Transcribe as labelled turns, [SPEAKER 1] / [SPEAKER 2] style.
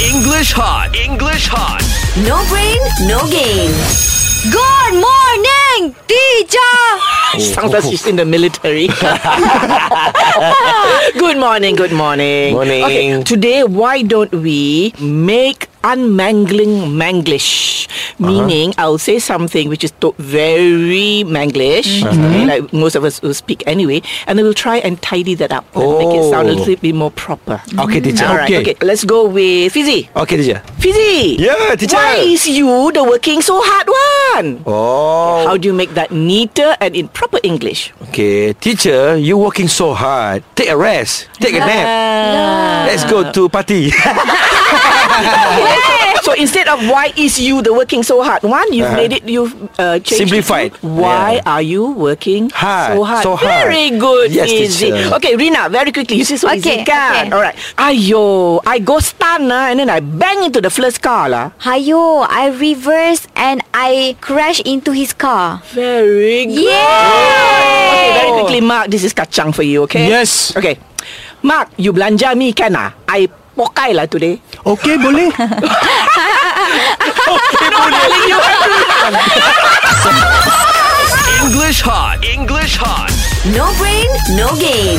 [SPEAKER 1] English hot. English hot.
[SPEAKER 2] No brain, no game. Good morning, teacher.
[SPEAKER 3] Sounds like she's in the military. good morning, good morning.
[SPEAKER 4] Morning.
[SPEAKER 3] Okay, today, why don't we make unmangling manglish?
[SPEAKER 4] Uh-huh.
[SPEAKER 3] Meaning, I'll say something which is to- very manglish,
[SPEAKER 4] Uh-huh.
[SPEAKER 3] okay, like most of us will speak anyway, and then we'll try and tidy that up and make it sound a
[SPEAKER 4] Oh.
[SPEAKER 3] little bit more proper.
[SPEAKER 4] Okay, teacher.
[SPEAKER 3] All right, okay. let's go with Fizzy.
[SPEAKER 4] Okay, teacher.
[SPEAKER 3] Fizzy!
[SPEAKER 4] Yeah, teacher.
[SPEAKER 3] Why is you the working so hard one?
[SPEAKER 4] Oh.
[SPEAKER 3] How do you make that neater and in proper English?
[SPEAKER 4] Okay, teacher, you working so hard. Take a rest. Take a
[SPEAKER 3] Uh,
[SPEAKER 4] nap. Let's go to party.
[SPEAKER 3] So instead of why is you the working so hard one, you've
[SPEAKER 4] Uh-huh.
[SPEAKER 3] made it, you've uh, changed it to
[SPEAKER 4] Simplified.
[SPEAKER 3] Why
[SPEAKER 4] Yeah.
[SPEAKER 3] are you working
[SPEAKER 4] Hard.
[SPEAKER 3] so hard?
[SPEAKER 4] So hard.
[SPEAKER 3] Very good,
[SPEAKER 4] Yes,
[SPEAKER 3] easy.
[SPEAKER 4] teacher.
[SPEAKER 3] Okay, Rina, very quickly. You see, so
[SPEAKER 2] Okay,
[SPEAKER 3] easy, kan?
[SPEAKER 2] okay.
[SPEAKER 3] All right. Ayo, I go stun ah, and then I bang into the first car lah.
[SPEAKER 2] Hayo, I reverse and I crash into his car.
[SPEAKER 3] Very good. Okay, very
[SPEAKER 2] Yeah.
[SPEAKER 3] quickly, Mark. This is kacang for you, okay?
[SPEAKER 5] Yes.
[SPEAKER 3] Okay. Mark, you belanja me kan ah? I pokai lah today.
[SPEAKER 5] Okey boleh
[SPEAKER 2] Oh,
[SPEAKER 1] English hot. English hot.
[SPEAKER 2] No brain, no game.